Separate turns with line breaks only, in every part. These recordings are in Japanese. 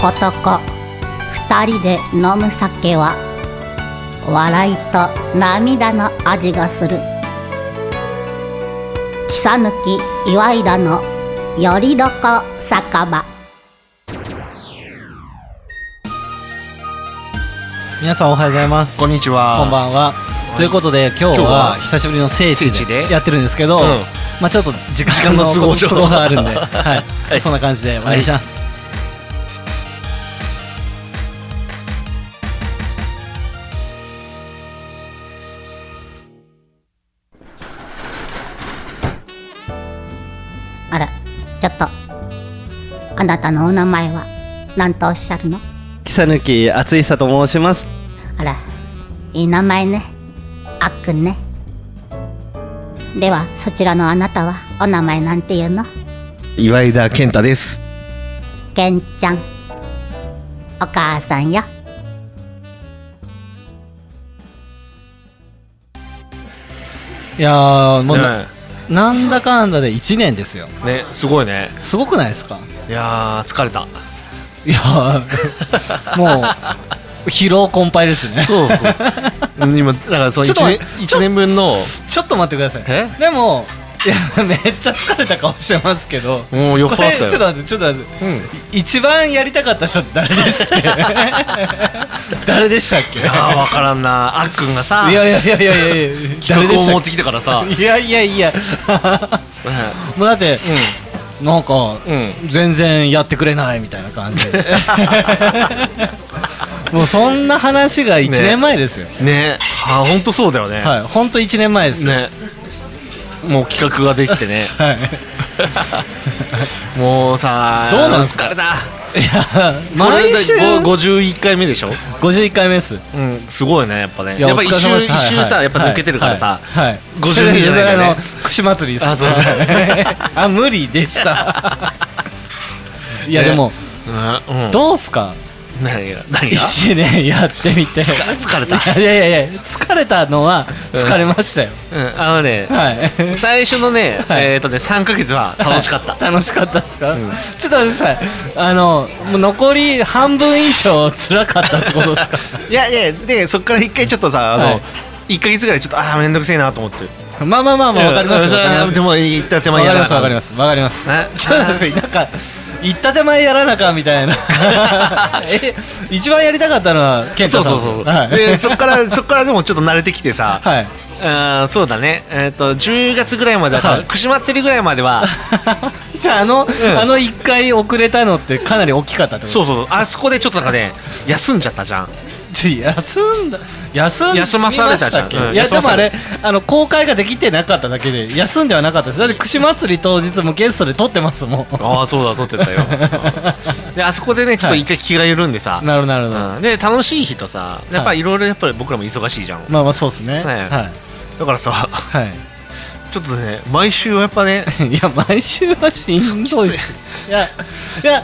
男二人で飲む酒は笑いと涙の味がする草抜き岩井田のよりどこ酒場
皆さんおはようございます
こんにちは。
こんばんは、ということで今日
今日
は
は
久しぶりの聖地
聖地
で
で
やってるんですけど、
うん
まあちょっと時
時
間
間
の
の
都
都
合
合上
があるんで、はい
はい
そんな感じでお願いします、
あらちょっとあなたのお名前は何とおっしゃるの
草抜き厚久と申します
あらいい名前ねあっくんねではそちらのあなたはお名前なんていうの
岩井田健太です。
けんちゃんお母さんよ
いやーもうな,、
ね
んだかんだで1年ですよ
ね、すごいね。
すごくないですか
いやー、疲れた。
いや ーもう疲労困憊ですね
そうそうそう。今、だからその
ちょっと
一年、一年分の、
ちょっと待ってください
え
でもいやめっちゃ疲れた顔してますけど
もう酔っ払ったよ
これちょっと待ってちょっと待って
うん。
一番やりたかった人って誰ですっけ 誰でしたっけ
あー、わからんな。あっくんがさ、
いやいやいやいやいや
企画を持って
き
きてか らさ、
いやいやいやもうだってなんか
うん。
全然やってくれないみたいな感じでもうそんな話が1年前ですよ、
うん。ね、あー、ほんとそうだよね。
はいほんと1年前です、
ね。もう企画ができてね。
はい、い
もうさ、
どうなんすか
疲れた。
や毎週
これでご51回目でしょ
51回目ですい
うん、すごいね、やっぱね。
や
やっぱ
お
一
疲れ様
周、
ですは
一
いは
周
い
さ、やっぱ抜けてるからさ、
はいはい
52じゃない
それ
んだよね
それの串祭りです
あそうそう
はい あ無理でした いや
ね
でも
うんうん。
どうすか
何が何が
1年やってみて
疲れ 疲れた
いやいやいや疲れたのは疲れましたよ、
うん、あのね、
はい
最初のね、
はい
えっ、とね、3ヶ月は楽しかった。
楽しかったですか、ちょっと待ってくださいあのもう残り半分以上辛かったってことですか
いやいや、で、そっから一回ちょっとさ、あの、
はい
1ヶ月ぐらいちょっと、ああ、めんどくせえなと思って。
まあまあまあまあわかります
い
よ
や
わかります
でも、言った手
わ
前
か
や
り
ら
ますわかり
ま
ますわかります
え
ちょっと待ってくださいなんか言った手前やらなかみたいなえ一番やりたかったのは健
そ
太
う
さん
そうそう。
はい
で、そっから、そっからでもちょっと慣れてきてさ、
はい
あーそうだね、えっ、と、10月ぐらいまでは、
はい
串祭りぐらいまでは、
じゃああの、
ん
あの1回遅れたのってかなり大きかったってこと
そうそう、あそこでちょっとなんかね、休んじゃったじ ゃん。
ちょ休んだ休ん
休まされたじゃん
見ましっけ
うん
いや
休
で
ま
もあ
され
れあの公開ができてなかっただけで休んではなかったですだって串祭り当日もゲストで撮ってますもん
ああ、そうだ、撮ってたよ。で、あそこでね、ちょっと一回気が緩んでさ、
なるほどなるほど、
うんで楽しい日とさやっぱいろいろやっぱり僕らも忙しいじゃん、
まあまあそうですね
はい
はい
だからさ
はい
ちょっとね毎週はやっ ぱね
いや毎週はしんどいっすいやいや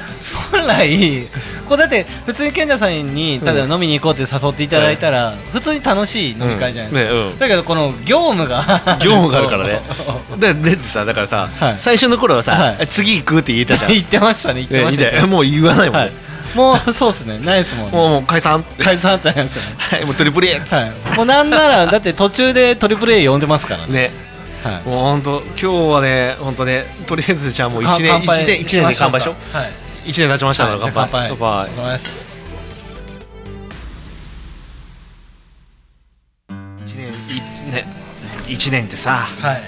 本来こうだって普通に健太さんにただ飲みに行こうって誘っていただいたら、普通に楽しい飲み会じゃないですか、
うんねうん
だけどこの業務が
業務があるからね ででさだからさ、
はい
最初の頃はさ、
はい
次行くって言えたじゃ ん、
言ってましたね言って
ね
ま
いい
し
ん
た
だよ
ね
もう言わないもん、
はい、もうそうですねないですもんね
もうもう解散って
解散ってなりますよね
はいもうトリプル A っつっ
はいもうなんならだって途中でトリプル A 呼んでますから
て
ね
ね
はい
もうほんと今日はねほんとねとりあえずじゃあもう1
か
年
乾杯
一年一年で乾杯しよう
まょうかはい
1年経ちましたから、
はいじゃあ
乾杯
乾杯お疲れ様です
1年いね一年ってさ
はい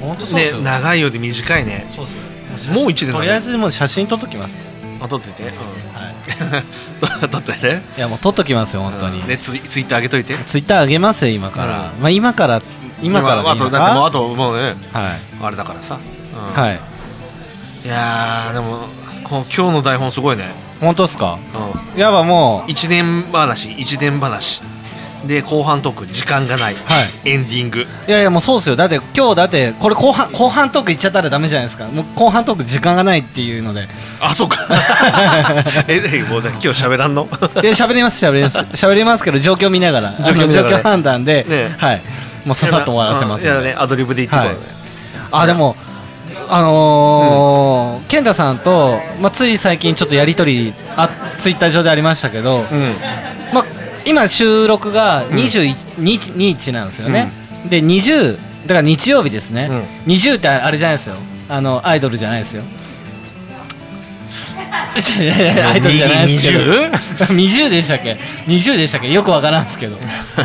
本当
ね長いようで短いね
そうっすよ
もう一年だね
とりあえずもう写真撮っときます
あ撮ってて、うん
はい
撮ってて
いやもう撮っときますよ本当に
ねツイツイッター上げといて
ツイッター上げますよ今からまあ今から今からでいい
あと
の
だってもうあ
か
ともうね
はい
あれだからさ、うん
はい
い、やーでもこの今日の台本すごいね、
本当っすか
う
やばも
1年話1年話で後半トーク時間がない、
はい
エンディング
ういやいやもうそうっすよだって今日だってこれ後半後半トークいっちゃったらダメじゃないですかもう後半トーク時間がないっていうので
あそうか ええもうだ今日喋らんの
いや喋ります喋ります喋りますけど状況見ながら
状況見なが
あの状
らね
況判断で、
ね
はいもうささっと終わらせます
いや
ん
ね
で
アドリブで言ってこうね、
あでもあのー健太さんと、まあ、つい最近ちょっとやり取りあツイッター上でありましたけど、
うん
まあ、今収録が21日、日なんですよね、で20だから日曜日ですね、20ってあれじゃないですよあのアイドルじゃないですよいやいやいやアイドルじゃないですけど
20?
20でしたっけ20でしたっけよくわからんですけど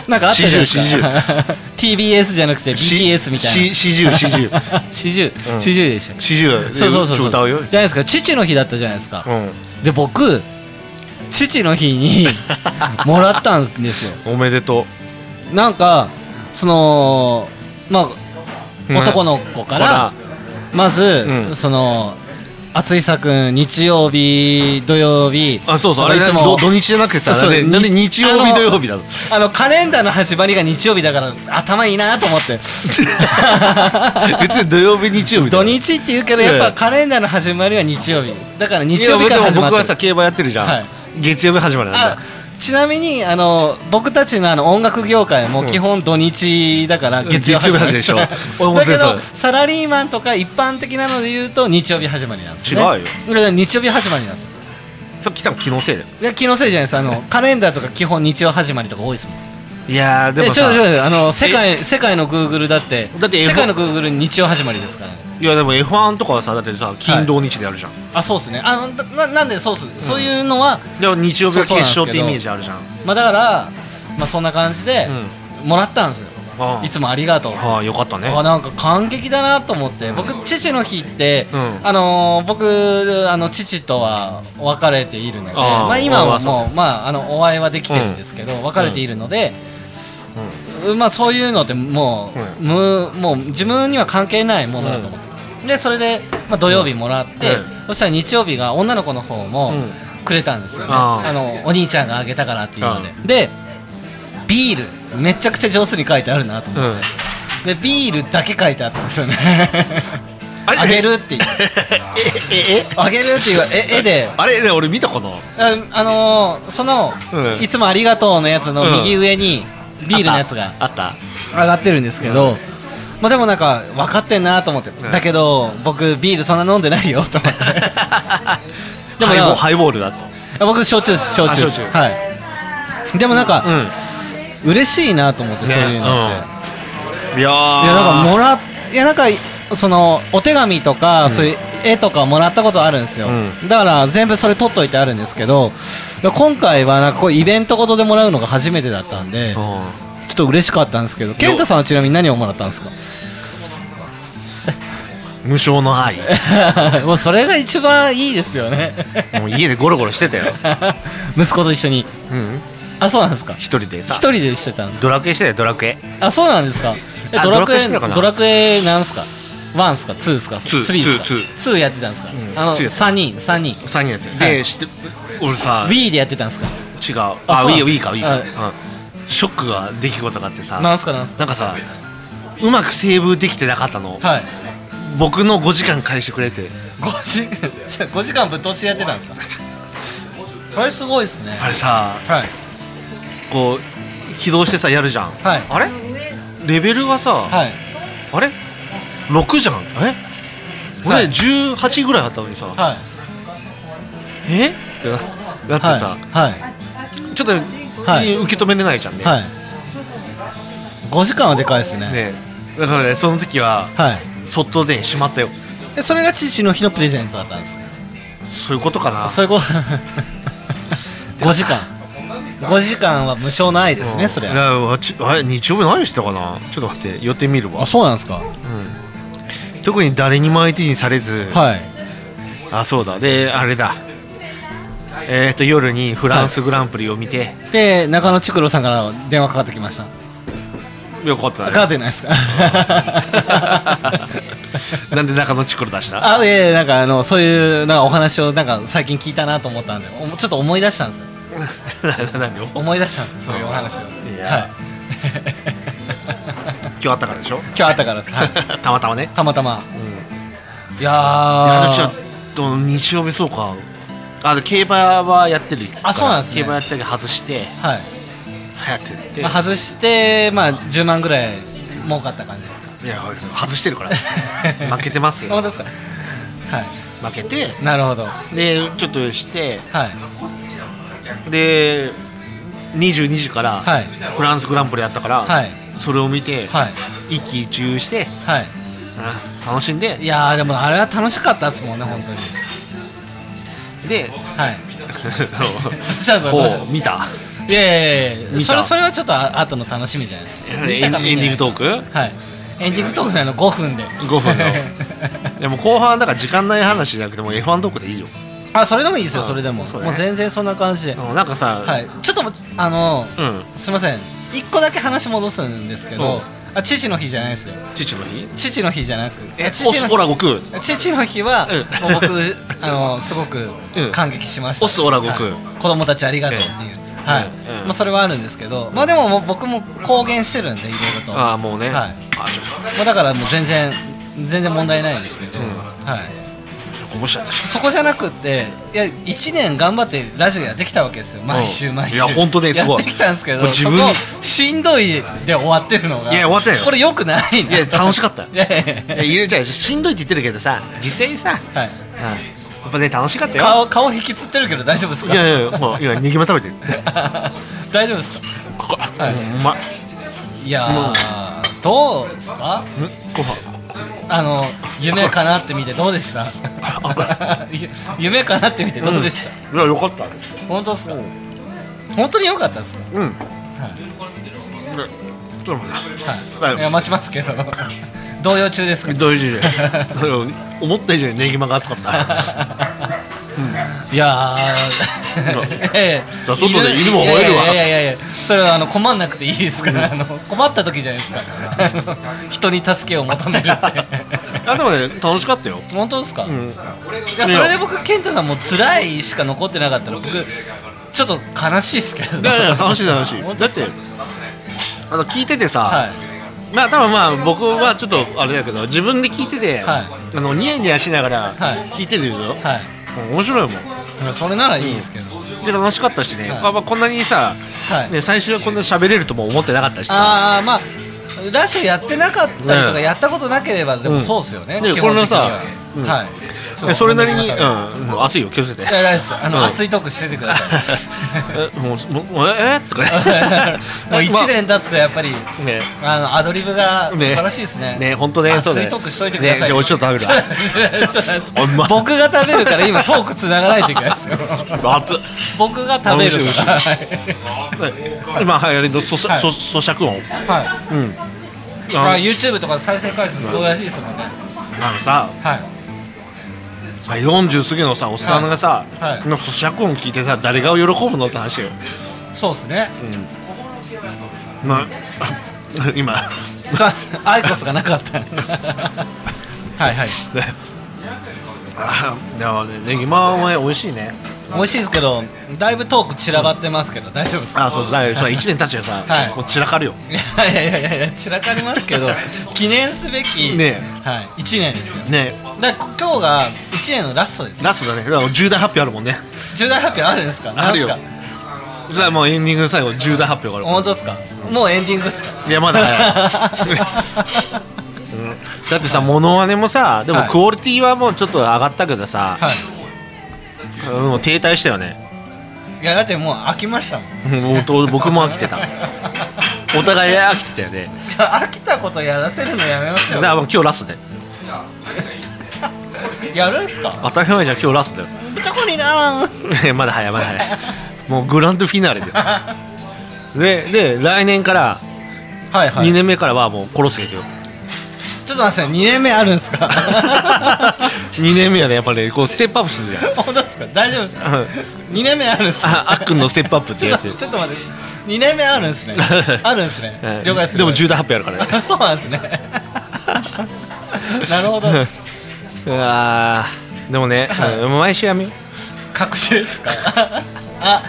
なんかあったじゃない ですか TBS じゃなくて BTS みたいな
四十四十
四十
うん
四十でしたっけ
四十
そうそうそうそう
歌うよ
じゃないですか父の日だったじゃないですか
うん
で僕父の日 にもらったんですよ
おめでと
なんかそのまあ
うん
男の子
う
からまず、
うん
その厚井さくん日曜日土曜日
あそうそうあ
な
れ
んかい
だ
つも
ど土日じゃなくてさ
そう
なんで
に
なんで日曜
あ
日
の
土曜日なの
あのカレンダーの始まりが日曜日だから頭いいなと思って
別に土曜日日曜日だ
土
よ
日って言うけど
いやい
や
や
っぱカレンダーの始まりは日曜日だから日
いや
曜日から
で
始
も
まっ
僕
て
は
る
さ競馬やってるじゃん、
はい
月曜日始まりなん
あ
だ
ちなみにあの僕たちのあの音楽業界も基本土日だから
ん
月曜
月曜日
始まり
でしょ 俺も
だけ
全然
どサラリーマンとか一般的なので言うと日曜日始まりなんですね
違うよ
だから日曜日始まりなんですよ
さっき来たの気のせいだよ
いや気のせいじゃないですあのカレンダーとか基本日曜始まりとか多いですもん
いやーで
え
も
ちょっ
さ
とちょっと待ってあの世界世界のグーグルだって
だって
世界のグーグル日曜始まりですからね
いやでも F1 とかはさだってさ金土日でやるじゃん、
あそうっすねあのななんでそうっす、そういうのは
でも日曜日は決勝って
そうそうなんですけ
イ
ど
メージあるじゃん
まあだからまあそんな感じで、もらったんですよ
ああ
いつもありがとう
ああよかったね
あなんか感激だなと思って僕父の日って、
うん
あのー僕あの父とは別れているので
あー
まあ、今は
俺は
もうまあ、あのお会いはできてるんですけど、別れているので、まあ、そういうのってもう,む、もう自分には関係ないものだと思って、でそれで、まあ、土曜日もらって、
う
そしたら日曜日が女の子の方も
うん
くれたんですよね、
あー
あのお兄ちゃんがあげたからっていうので、でビールめちゃくちゃ上手に書いてあるなと思って。
うん
でビールだけ書いてあったんですよね
あれ
あげるって言う
えええ
あげるっていう絵絵で
あれね俺見たかな
ああのーその、
うん
いつもありがとうのやつの
うん
右上にビールのやつが
あったあっ
上がってるんですけど、まあでもなんか分かってんなと思って、
ん
だけど僕ビールそんな飲んでないよと 思って
た
でも
ハイボー
な
ルハイボールだって
僕焼酎です焼酎です
あ焼酎
はいでもなん
う
か、
ん
嬉しいなと思って、そういうのって、
うんいやー
いやなんかもらいやなんかそのお手紙とか、そういう絵とかもらったことあるんですよ、
う
だから全部それ取っといてあるんですけど今回はなんかこうイベントごとでもらうのが初めてだったんで、ちょ
うん
っと嬉しかったんですけど健太さんはちなみに何をもらったん ですか
無償の 愛
もうそれが一番いいですよね
もう家でゴロゴロしてたよ
息子と一緒に
うん
あそうなんですか
一人で
一
さ
人でしてたんです
ドラクエしてたよドラクエ
あそうなんですかえ
あ
ドラク
ドラクエ
エ
してたかな
ドラクエなんですかワンですかツーですか
ツー
スリですか
ツーツ
ツーやってたんですか、
ん
あの
ツーやってた
3人3人
3人ですよ
は
で
い
して俺さ
Wii でやってたんですか
違うあ
あそうなん
Wii
です
Wii か Wii か
はい
うんショックが出来事があってさ
なんすかなんすか
なんかさうまくセーブできてなかったの
はい
僕の5時間返してくれて
5時 5時間ぶっ通しでやってたんですかそれすごいですね
あれさ
はい
こう起動してさやるじゃん
はい
あれレベルがさ
はい
あれ6じゃんえ
は
俺
い
18ぐらいあったのにさ
はい
えってななってさ
はいは
ちょっと
はい
受け止めれないじゃんね
い、はい、5時間はでかいですね
ねだからねその時は
はい
そっとねしまったよ
えそれが父の日のプレゼントだったんですか
そういうことかな
そういうこと 5時間5時間は無償の愛ですね、それ
いやあちあれ日曜日何してたかなちょっと待って寄ってみるわ
あそうなんですか
特に誰にも相手にされず
はい
あそうだであれだえっ、と夜にフランスグランプリを見て、
で中野千黒さんから電話かかってきました
よかった
かか
ね
ってないですか
なんで中野チクロ出した
あいやいやなんかあのそういうなんかお話をなんか最近聞いたなと思ったんでおもちょっと思い出したんですよ
何を
思い出したんですよそういうお話を
いや
はい、
今日あったからでしょ
今日あったからです、はい、
たまたまね
たまたま、いや
い
ー
やちょっと日曜日そうかあで競馬はやってるから
あそうなんですね
競馬やったり外して流
はい
行ってるって
まあ、外してまあ10万ぐらい儲かった感じですか
いや外して るから負けてます
本
よ
当ですかはい
負けて
なるほどは
でちょっとして
い
で22時から
はい
フランスグランプリやったから、
はい
それを見て、
はい
一喜一憂して、
はい
うん楽しんで
いやーでもあれは楽しかったですもんね本当に
で
はいしたのどうした
ほ
の
う見た
いやいやいや
見た
それそれはちょっとあ後の楽しみじゃないですか
エンエンディングトーク
クはいエンディングトークなの5分で
5分のでも後半だから時間ない話じゃなくてもう F1 トークでいいよ、
あそれでもいいですよ
うん
それでも
そうね
もう全然そんな感じで
うんなんかさ、
はいちょっともあの
うん
すいません一個だけ話戻すんですけ
うん
どあ父の日じゃないですよ
父の日
父の日じゃなく
え
あ父
お
の
す
日
オラ悟空
父の日は、
うん
もう僕 あのすごく
うん
感激しました、
オスオラ悟空
はい子供たちありがとうっていう、はい、
うん
まあ、それはあるんですけど、まあ、でももう僕も公言してるんでいろいろと
ああもうね、
はい
あちょっ
まあ、だからもう全然全然問題ないんですけど、
うん
はい、
とこぼしちゃったし
そこじゃなくっていや1年頑張ってラジオやってきたわけですよ毎週
うん
毎週
いや本当ねすご
や
い
ってきたんですけ
こ
ど
れ自
自
分
分しんどいで終わってるのが
いや終わってないよ
これよくない
いや楽しか
っ
ったよ
いやいやいや
いやいやじゃあしんどいって言ってるけどさ実際にさ、
はい
うんやっぱね楽しかったよ
顔顔引きつってるけど大丈夫ですか
いやいやもう今にぎま食べてる
大丈夫ですか
はい、うんうまい
いやーどうですか
んご飯
あの夢かなってみてどうでしたゆ 夢かなってみてどうでした、
いやよかった
本当ですか本当に良かったですか
うん
はい
でちょっと待って
は
はい
い、いや待ちます けど動揺中ですか
どういう意味で思った以上にネギマが熱かった
いや ーええ
さあ外で犬も吠えるわ
いやいやいやいやいやそれはあの困んなくていいですから、あの困った時じゃないですか あの人に助けを求めるって
あでもね楽しかったよ、
本当ですか、
うん、
いやそれで僕健太さんもう辛いしか残ってなかったら僕ちょっと悲しいですけど
だから楽しい楽しい
本当
だ
ですか
ってあの聞いててさ、
はい
まあ多分まあ僕はちょっとあれだけど自分で聞いてて、
は
あのニヤニヤしながら
はい
聞いてるよ、
はい
うん面白いもん
まあそれならいいですけど、
で楽しかったしね、
はい
まあまあこんなにさ、
はい
ね、最初はこんな喋れるとも思ってなかったしさ
ああまあラッシュやってなかったりと
う
か
ん
やったことなければでもそうですよね、
ね
基本的には
これのさうん
はい
でそれなりに、う
いや
ん、もう熱いよ気をつけて
大丈夫ですよあの、
うん
熱いトークしててくださ
えもうもうえーとか
い もう一年経つとやっぱり
まあね
あのアドリブが素
ね
晴らしいですね
ね本当ね
熱
そうだね
いトークしといてくださいよ、
ねじゃあおいしいの食べるわ
ちょっと待って
あうま い
僕が食べるから今トークつながないといけないですよ
熱っ
僕が食べるから
はい今流行りの咀嚼
はい
咀咀嚼音
はい、はい
うん
まあ、
あ
YouTube とか再生回数すごいらしいですもんね
あのさ
はい
まあ40過ぎのさおっさんがさ、
はいはい
の咀嚼音聞いてさ誰が喜ぶのって話よ、
そうですね
うん、まあ 今
さ アイコスがなかったはいはい
ねあでもねねぎまはね美味しいね
美味しいですけどだいぶトーク散らばってますけど大丈夫ですか
あそうだからさ1年経ちゃさ、
はい
もう散らかるよ
いやいやいやいや散らかりますけど記念すべき、
ね
はい、1年ですよ
ね
だから今日が1年のラストですよ
ラストだねだから重大発表あるもんね
重大発表あるんですか
あるよ
なんすか
さあもうエンディングの最後重大発表があ
本当ですかもうエンディングですか
いやまだ
は
る、うんだってさモノマネもさでも
はい
クオリティはもうちょっと上がったけどさ、
はい
うんもう停滞したよね
いやだってもう飽きましたもん
うんもうと僕も飽きてたお互い飽きてたよね
じゃあ 飽きたことやらせるのやめましょ
だ
う
からもう今日ラストで
やるんすか
当たり前じゃん今日ラストだよ
どこにな
いや まだ早いまだ早いもうグランドフィナーレだよでで来年から
はいはい
2年目からはもう殺すけ
ち
ど、
ょっと待ってください2年目あるんですか
2年目はねやっぱり、ね、こうステップアップするじゃん
本当ですか大丈夫ですか
うん
2年目あるんですか
ああっくんのステップアップって
ちょ
や
っ
つ
とちょっと待って2年目あるんですねあるんですね
うん
了解です
でも重大発表あるからね
あ そうなんですね なるほど
うわーでもね、うん毎週やめよう
隠しですか あ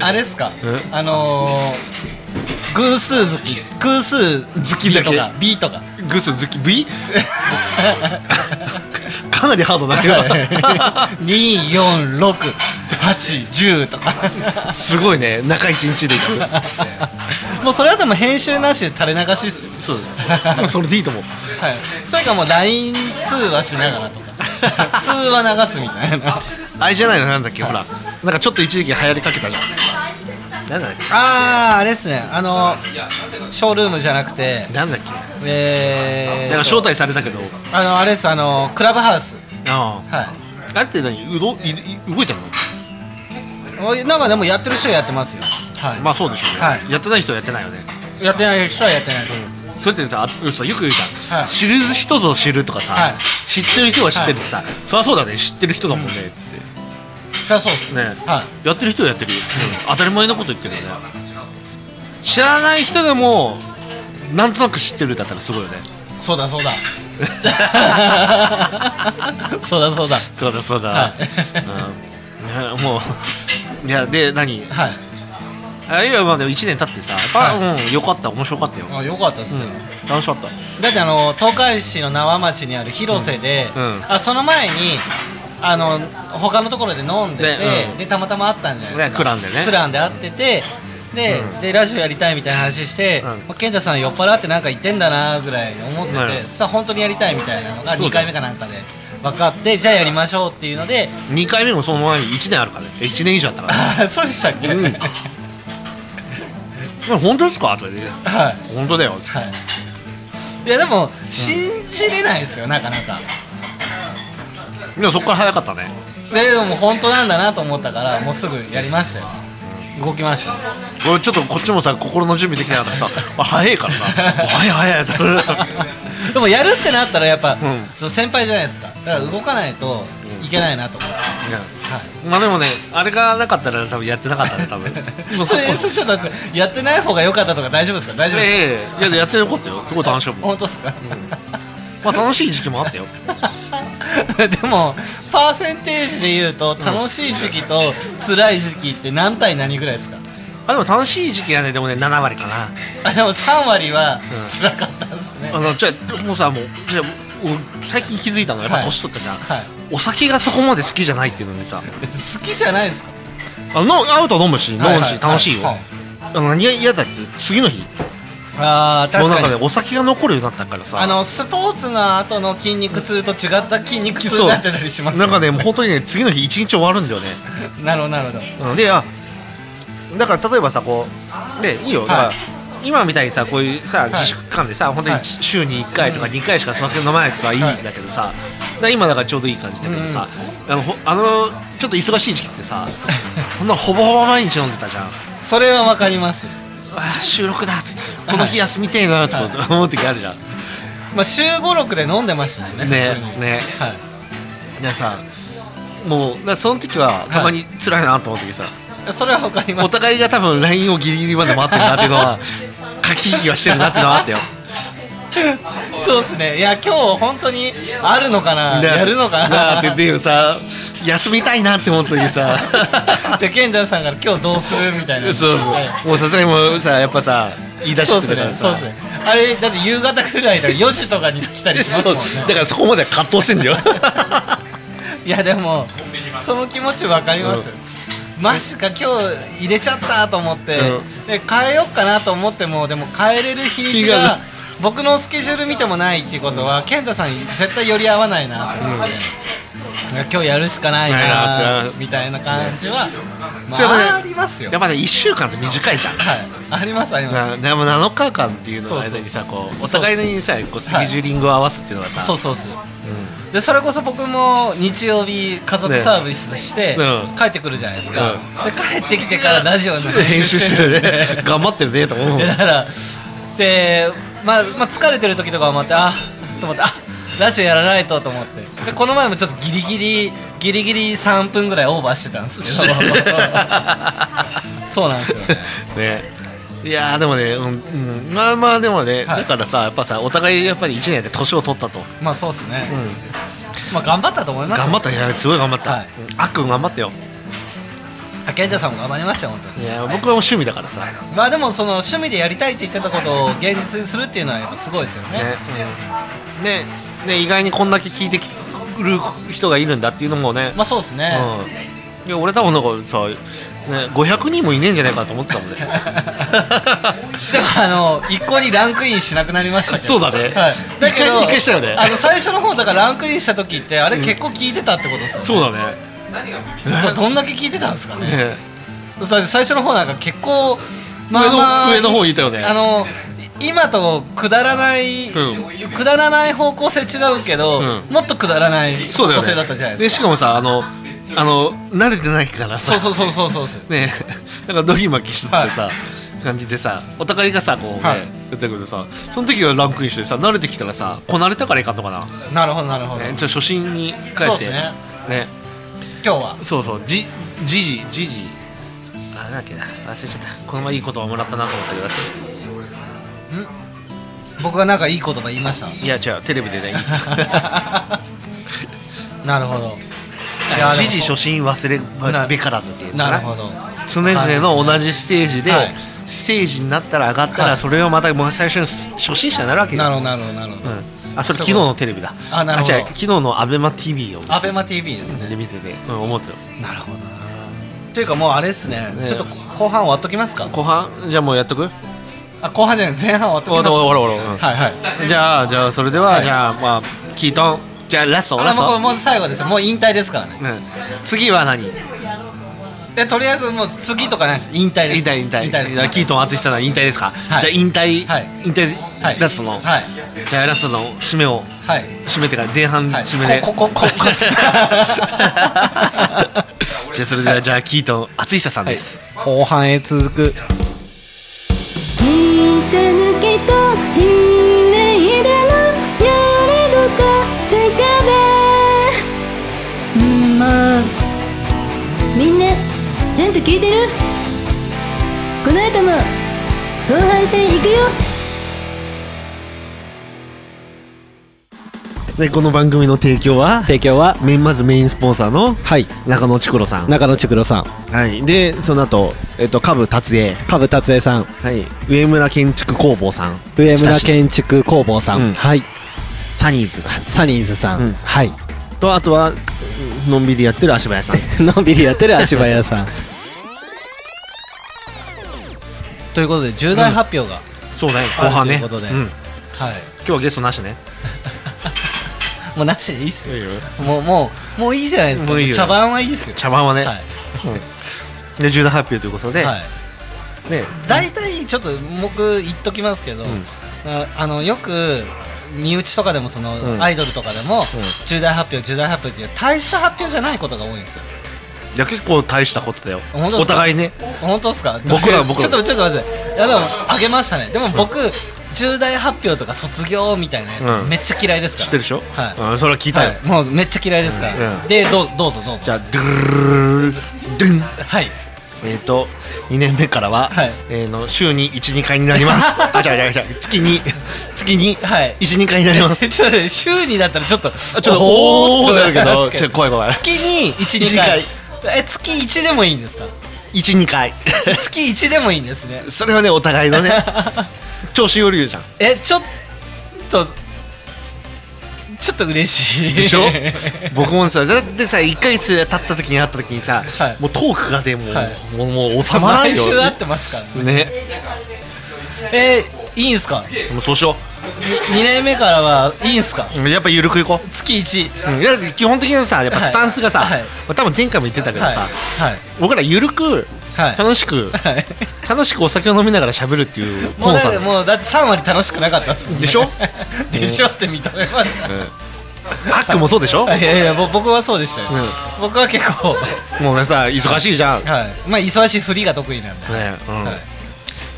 あれですか
え
あのー、偶数月偶数
月だけ
B とか B とか
グス好き V? 必 かなりハードだけど
246810とか
すごいね中一日でいく
もうそれはでも編集なしで垂れ流しっすよ、
そうだねそれでいいと思う
はい、それかもう LINE 通話しながらと か通話流すみたいな
あれじゃないのなんだっけほらなんかちょっと一時期流行りかけたじゃんなんだっ
あああれですねあのショールームじゃなくて
けなんだっけ
えー、
だから招待されたけど
あのあれですあのクラブハウス
あ
はい
ああれって何うどいい動いてんの
おいなんかでもやってる人はやってますよはい、
まあそうでしょうね、
はい
やってない人はやってないよね
やってない人はやってない、
それってさあさよく言うじゃん、
はい
知る人ぞ知るとかさ、
はい
知ってる人は知ってるってさ、そりゃそうだね知ってる人だもんね、つって
そりゃそうです
ね、
はい
やってる人はやってるよ、当たり前のこと言ってるよね知らない人でもなんとなく知ってるだったらすごいよ ね
そうだそう だそうだそうだ
そうだそうだ、
は
うん、ねもういやで何
はい
あいやまあでも1年経ってさ、
は
うん、よかった面白かったよ、
あよかったですね、
楽しかった
だってあの東海市の縄町にある広瀬で、
うんうん
あその前にあの他のところで飲んでて、
ねうん
でたまたま会ったんじゃないですか、
ねクランでね
クランで会っててで,、でラジオやりたいみたいな話して、
ん
まあ、健太さん酔っ払ってなんか言ってんだなぐらい思ってて、
ね
そしたら本当にやりたいみたいなのが
そうだ
2
よ
回目かなんかで分かってじゃあやりましょうっていうので
2回目もその前に1年あるからね1年以上あったから
あーそうでしたっけ、
うん
はい
「本当ですか?」とか言って
はい
「本当だよ」
いやでも信じれないですよなかなか
でもそっから早かったね
ででも本当なんだなと思ったからもうすぐやりましたよ動きました よ
俺ちょっとこっちもさ心の準備できてなかったからさあ早いからさ「早い早い」
でもやるってなったらやっぱ、
ん
ちょっと先輩じゃないですかだから動かないといけないなと思って、はい
まあでもねあれがなかったら多分やってなかったね多分もう
そ
そこ
れそれちょっと待ってやってない方が良かったとか大丈夫ですか大丈夫ですか、
ええいやでやってることよすごい楽しいもん
本当ですか、
まあ楽しい時期もあったよ
でもパーセンテージで言うと楽しい時期と辛い時期って何対何ぐらいですか
あでも楽しい時期はねでもね7割かな
あでも3割は
うん
辛かったですね、
あのじゃあもうさもうじゃあもう最近気づいたのはやっぱ年取ったじゃん、
はい
お酒がそこまで好きじゃないっていうのにさ
好きじゃないですか
あの会うと飲むし飲む
はいは
し
い
楽しいよ、
はい
あの何が嫌だって次の日
あー
も
確
うなん
か
かね
に
お酒が残るようになったからさ
あのスポーツの後の筋肉痛と違った筋肉痛
そう
になってたりします
なんかねもう本当にね次の日一日終わるんだよね、
なるほどなるほど
うん、であだから例えばさこうでいいよだから、
はい
今みたいにさこういうさ
い
自粛期間でさ、本当
は
に
い
週に1回とか2回しか酒飲まないとかいいんだけどさ、だから今だからちょうどいい感じだけどさ、あのほあのちょっと忙しい時期ってさほんなほぼほぼ毎日飲んでたじゃん
それはわかります
あー収録だってこの日休みてえなと
はい
か思う時あるじゃん、
まあ週56で飲んでましたしね
ね
普通に
ね
はい
皆さんもうだからその時はたまに辛いなと思う時さ、
それはわかりま
お
す
互いが多分 LINE をギリギリまで待ってるなっていうのは駆け引きはしてるなっていうのはあったよ
そうですねいや今日本当に あるのかな
で
やるのか
なあ
な
ってでさ休みたいなって思った時さ
で健太さんから今日どうするみたいな
そうそうもうさすがにもうさやっぱさ言い出し
そう
て
で
く
す
れたか
ねそ
ら
うで
さ
すねあれだって夕方くらいだ4時とかに来たりしますもんね
そうだからそこまで葛藤してんだよ
いやでもその気持ちわかります、マジか今日入れちゃったと思って、
うん
で変えようかなと思ってもでも変えれる日にち
日が
が僕のスケジュール見てもないっていうことは、健太さんに絶対寄り合わないなと思って、いや今日やるしかない
ないな
な
って
みたいな感じは、ま
それはね
あ、ありますよ
やっぱね1週間って短いじゃん
はいありますありま
なでも7日間っていうのの間にさこうお互いにさこうスケジューリングを合わすっていうのはさ
すそうそうそうでそれこそ僕も日曜日家族サービスして
ねうん
帰ってくるじゃないですか、
うん
で帰ってきてからラジオの
編
編集
集し
してて
る
る
ね
ね
頑張ってるねと思うもん
い やだからで、まあ、まあ疲れてる時とかもあってあと思ってあラジオやらないとと思ってでこの前もちょっとギリギリギリギリ3分ぐらいオーバーしてたんです けどそうなんですよね
ねいやーでもね、うんうん、まあまあでもね、
はい
だからさやっぱさお互いやっぱり1年で年を取ったと、
まあそうですね、まあ頑張ったと思います
頑張ったいやすごい頑張った、
はい
あっくん頑張ったよ
た健太さんも頑張りましたよ本当に
いや僕はもう趣味だからさ、ね
まあでもその趣味でやりたいって言ってたことを現実にするっていうのはやっぱすごいですよね
ねねね意外にこんだけ聞いてきてる人がいるんだっていうのもね、
まあそうですね、
うん、いや俺多分なんかさ、ね、500人もいねえんじゃないかと思ってたもん ね
でもあの一向にランクインしなくなりましたけど
そうだね
はい、だけ
一
ど
回一回したよね
あの最初の方だからランクインした時ってあれ結構聞いてたってことですよ、
そうだね
これどんだけ聞いてたんですかね
ね
だって最初の方なんか結構
上の上の方にいたよね
あの今とくだらない、
う
くだらない方向性違うけど、
うん
もっとくだらない
そ
方
うだよ
向
ね
性だったじゃない
で
で
し
すか
かもさあのあの慣れてないからさ
そうそうそうそうそう
ねえ なんかドギマキしてってさ、感じでさお互いがさこうね、
はい
やってくるとさその時はランクインしてさ慣れてきたらさこなれたからいかんのかな、
なるほどなるほど、
ね、ちょっと初心に帰
そう
っ
で
て
すね
ね
今日は
そうそうじじじじじあなんだっけな忘れちゃったこの前いい言葉もらったなと思ったけど忘れちゃっ
僕がなんかいい言葉言いました
たいや違うテレビでねいい
なるほどいや
あじじ初心忘れ
な
べからずっていうやつか
な
な
るほど
常々の同じステージで、
はい
ステージになったら上がった
は
ら
い
それをまたもう最初の初心者になるわけよ
なるほどなるほどなるほど、
あそれ昨日のテレビだ
あなるほど
違う昨日のアベマ t v を
アベマ t v ですね
で見てて、うん、思ってたよ
なるほどなというかもうあれですね
ね
ちょっと後半終わっときますか
後半じゃあもうやっとく
あ後半じゃない前半終わっとき
終わろう
ま
終わろう終わろううん
すかはいはい
じゃあじゃあそれでは、
はい
じゃあまあキートンじゃあラスト
あ
ラス
もうこれ
ト、
もう最後ですよもう引退ですからね
うん、次は何引
でとりあえずもう次とかないです引退です
退引退
引退です
キートン淳さんの引退ですか、
はい
じゃあ引退、
はい
引退、
はい
ラストの、
はい
じゃあラストの締めを
はい
締めてから前半
はい
締めで、
こここここ
じゃあそれではじゃあキートン淳さんです、
後半へ続く
「切りさぬきとひれいでのやりどこせかべ」んもうみんなちゃんと聞いてるこの後も後半戦行くよ
でこの番組の提供は
提供は
メインまずメインスポンサーの
はい
中野ちくろさん、
中野ちくろさん
はい、でその後、えっと下部達也、
株達也さん
はい、上村建築工房さん
上村
親しい
建築工房さん、
うん
はい
サニーズさん
サニーズさん、
うん
はい
とあとはのんびりやってる足早さん
のんびりやってる足早さん
ということで重大発表が、
そうね
あ
後半ね
ということで
ん、
はい
今日はゲストなしね
もうなしでいいっすよもうもうもういいじゃないですか
もういいよ
茶番はいいですよ
茶番はね、
はい
で重大発表ということで、
はい
ね
大体ちょっと僕言っときますけど、
ん
ああのよく身内とかでもその、
うん
アイドルとかでも、重大発表重大発表っていう大した発表じゃないことが多いんですよ
いや結構大したことだよ
本当ですか
お互いね
本当ですか
僕ら僕ら
ちょっとちょっと待っていやでもあげましたねでも僕、重大発表とか卒業みたいなやつ、
うん
めっちゃ嫌いですから
知ってるでしょ、
はい、
うん、それは聞いたよ、
はいもうめっちゃ嫌いですから、
うん
でどうどうぞどうぞ
じゃあドゥルルルルルドゥン
はい
えっ、と2年目からは、
はい
えーの週に12回になりますあ違う違う違う月に月に
はい
12回になりま す
ちょっと待って週にだったらちょっとち
あちょっとおーってなるけどちょっと怖い怖い
月に12回え月1でもいいんですか
12回
月1でもいいんですね
それはねお互い のね調子より言うじゃん
えちょっとちょっと嬉しい
でしょ
はい
僕もさだってさ1ヶ月経った時に会った時にさ、
はい
もうトークがでも,、
はい
もうもう収まらない
毎
よ
週会ってますからね
ね
えいいんすかに
もうそうしよ
2年目からはいいんすか
うやっぱゆるくいこ
月1
う、うん、いや基本的にさやっぱスタンスがさ、
はいはい
まあ多分前回も言ってたけど
はい
さ、
はい
僕らゆるく
はい
楽しく、
はい
楽しくお酒を飲みながら喋るっていう
も
コ
う
ン
だっ
サ
て
ート
もうだって3割楽しくなかったっすもんね
でしょ
でしょって認めました
アックもそうでしょ、
いやいやぼ僕はそうでしたよ、僕は結構、は
もうねさ忙しいじゃん、ね
い、まあ忙しい振りが得意なんで、
うん
はい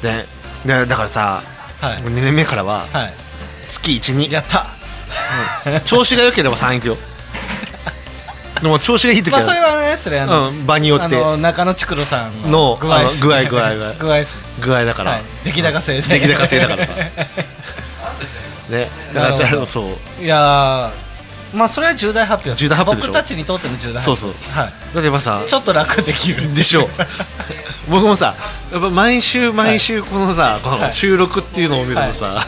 ねでだからさ、
はい
もう2年目からは
はい
月12
やった
調子が良ければ3行くよでも調子がいい時
ま
は、
あそれはねそれあの、
うん、場によ
あ
って
の中野ちくろさん
の
の具合っすね
あの具合具合具 合
具合っすね
具合だから、
はい出来高制で
出来高制だからさねだからじ
なるほ
ゃあ
ど
そう
いやーまあそれは重大発表です
重大発表でしょ
僕たちにとっての重大発表です
そうそ
はい、
だってまあさ
ちょっと楽できる
でしょう僕もさやっぱ毎週毎週このさ、この収録っていうのを見るとさ、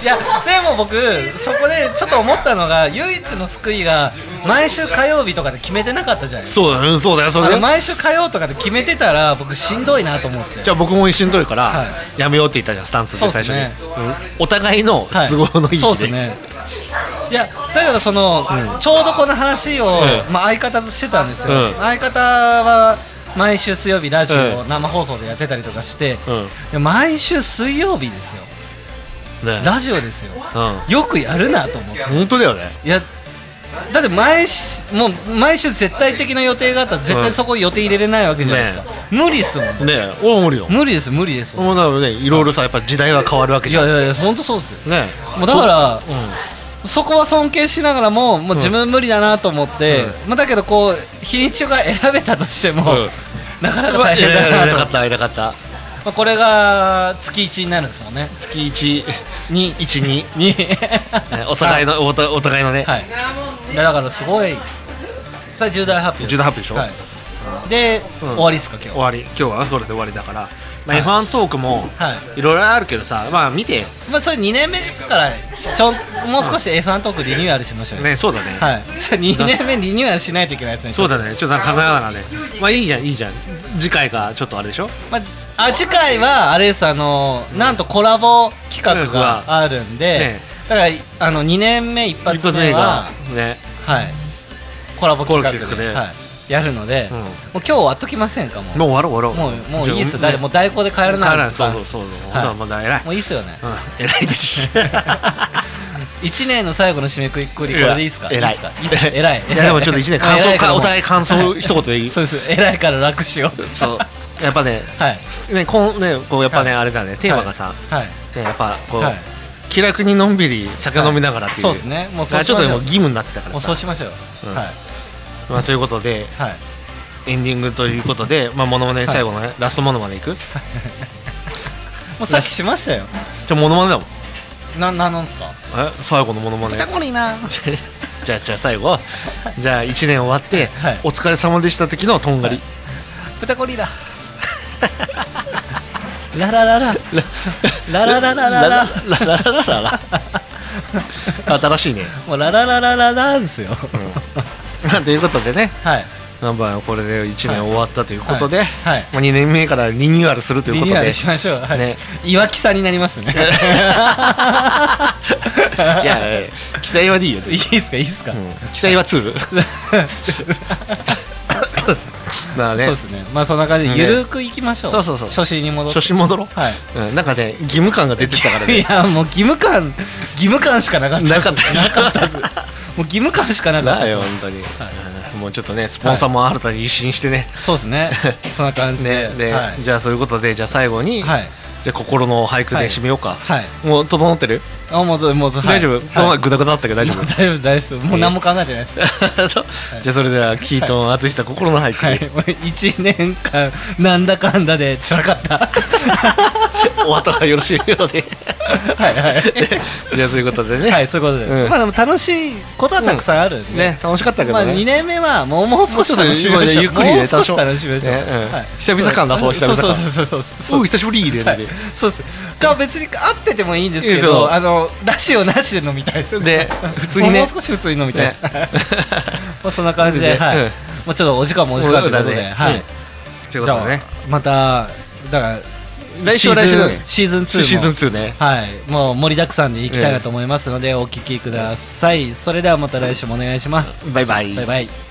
いやでも僕そこでちょっと思ったのが唯一の救いが毎週火曜日とかで決めてなかったじゃないです
そうだよ、うんそうだよそ
かあ
れだ
れ
よ
毎週火曜とかで決めてたら僕しんどいなと思って
じゃあ僕もしんどいから、
は
やめようって言ったじゃんスタンス
そう
で
っす
最
ね
初に、うんお互いの
はい
都合のいい日で、
そうですねいやだからその、ちょうどこの話を、
うん
まあ、相方としてたんですよ、
うん
相方は毎週水曜日ラジオ
う
を生放送でやってたりとかして、
うん
いや毎週水曜日ですよ
ね
ラジオですよ
うん
よくやるなと思って
本当だよね
いやだって毎週もう毎週絶対的な予定があったら絶対そこ予定入れれないわけじゃないですか、無理ですもん
ねえ大森よ
無理です無理ですもん
もうだからねいろいろさやっぱ時代は変わるわけ
い
じゃん
やいやいや本当そうですよ
ね
もうだから、そこは尊敬しながらももう自分無理だなと思って、まあ、だけどこう日にちが選べたとしても、
うん
なかなか大
偉
変だなと
偉
思
か
っ、
ってた偉かった
まあ、これが月1になるんですもんね
月一
2
1 2
に
ねお互いのお互いお互いのね、
はいいやだからすごいそれは重大発表
重大発表でしょ
はい、で、
うん
終わりっすか今日
終わり今日はそれで終わりだから、まあ、F1 トークも
はい
ろいろあるけどさまあ見て
まあそれ2年目からちょんもう少し F1 トークリニューアルしましょうよ、
ねそうだね、
はいじゃあ2年目リニューアルしないといけないですね
そうだねちょっとなんか考えながらねまあいいじゃんいいじゃん次回がちょっとあれでしょ
まあじ、あ次回はあれですあのなんとコラボ企画があるんで、
ね
だからあの2年目一
一
発
発
目
目
は
がね
はいコラボ企画で
コラボ企画ね
はい、やるので、
うん
もう今日終わっときませんかもう
もう終わろう終わろ
も
う
うもういいっす
じゃあ
誰もう代行で帰ら
帰ら
な
ないい
と
そう
か
そうそうそう、
はい
まだ偉い
もういいっすよね
うん、偉いです
1年の最後の締めくくりこれでいいっすか
偉い
っすかっす偉い
いやでもちょっと一年 感
偉
想
いら
か
もう
お互い 感想一言でいい
そうです偉いから楽しよう
そうやっぱね
はい
ねこんねこうやっぱね、
は
あれだねテーマがさ、
はい
ね、やっぱこう、
はい
気楽にのんびり酒飲みながらっていう、
そうですねもうそう
だから
し
ちょっ
まし
と
ょ
もう
う
義務になってたか
も
ら
うそう
さ
しましょう、
うん
はい
まあそういうことで
はい
エンディングということでまあモノマネ最後のね、ラストモノマネいく
もうさっきしましたよ
じゃあモノマネだもん
ななんなんですか
え最後のモノマネ
コリ な
じゃあじゃあ最後じゃあ1年終わって、
はい
お疲れ様でした時のとんがり、
豚コリだラララララララララララ
ララララララ新しいね、
もうララララララですよ
ま あ、ということでね
はい
ナンバーこれで1年終わったということで、
はいはい
まあ、2年目からリニューアルするという
リ
こ
ニ
と
ューア
で
ルしましょうはい、
ね
いわきさになりますね
いやいや記載はいいよ
いいっすかいいっすか、
記載は2 まあね
そうですねまあそんな感じでゆるくいきましょう、
そうそうそう
初心に戻って
初心戻ろう、
はい
うん、なんかね義務感が出てきたから
い
ね
やもう義務感義務感しかなかった
なかった
なかったですもう義務感しかなかっ
な
た
あ
で
よ
す
本当に、うんもうちょっとねスポンサーも新たに一新してね、
そうです ねそんな感じで
ねで、
はい
じゃあそういうことでじゃあ最後に、
はい
じゃあ心の俳句で締めようか、
はい
もう整ってる、
あもうもう、はい
大丈夫、この
はい
前グダグダだったけど大丈夫、
大丈夫大丈夫もう何も考えてないです
じゃあそれではキートン淳さん心の俳句
はい、
です、
もう1年間なんだかんだで辛かった
お後がよろしいよう で
はいは
じゃあそういうことでね、
い、はい、そういうことで、
うん
まあでも楽しいことはたくさんあるんで、
ね楽しかったけど
ま
ね、
あ2年目はもうもう少し楽しみましょう
ゆっくりね
もう少
多
し
少
楽しみましょう、
ねうん
はい
久々感出そう久々
そうそう
感
そうそう
おう久しぶりで、
はい、そうですか別に会っててもいいんですけ
いやそう
どあのラジオなしで飲みたいです
で普通にね
もう少し普通に飲みたいです、
ね
まあそんな感じ で、
うん
はい
うん
もうちょっとお時間もお時間ということで、
うん
はい、
うんということでね
じゃあまただから
来週は来週だね
シーズンシーズン2も
シーズン2ね
はいもう盛りだくさんでいきたいなと思いますので、お聞きくださいそれではまた来週もお願いします
バイバイ
バイバイ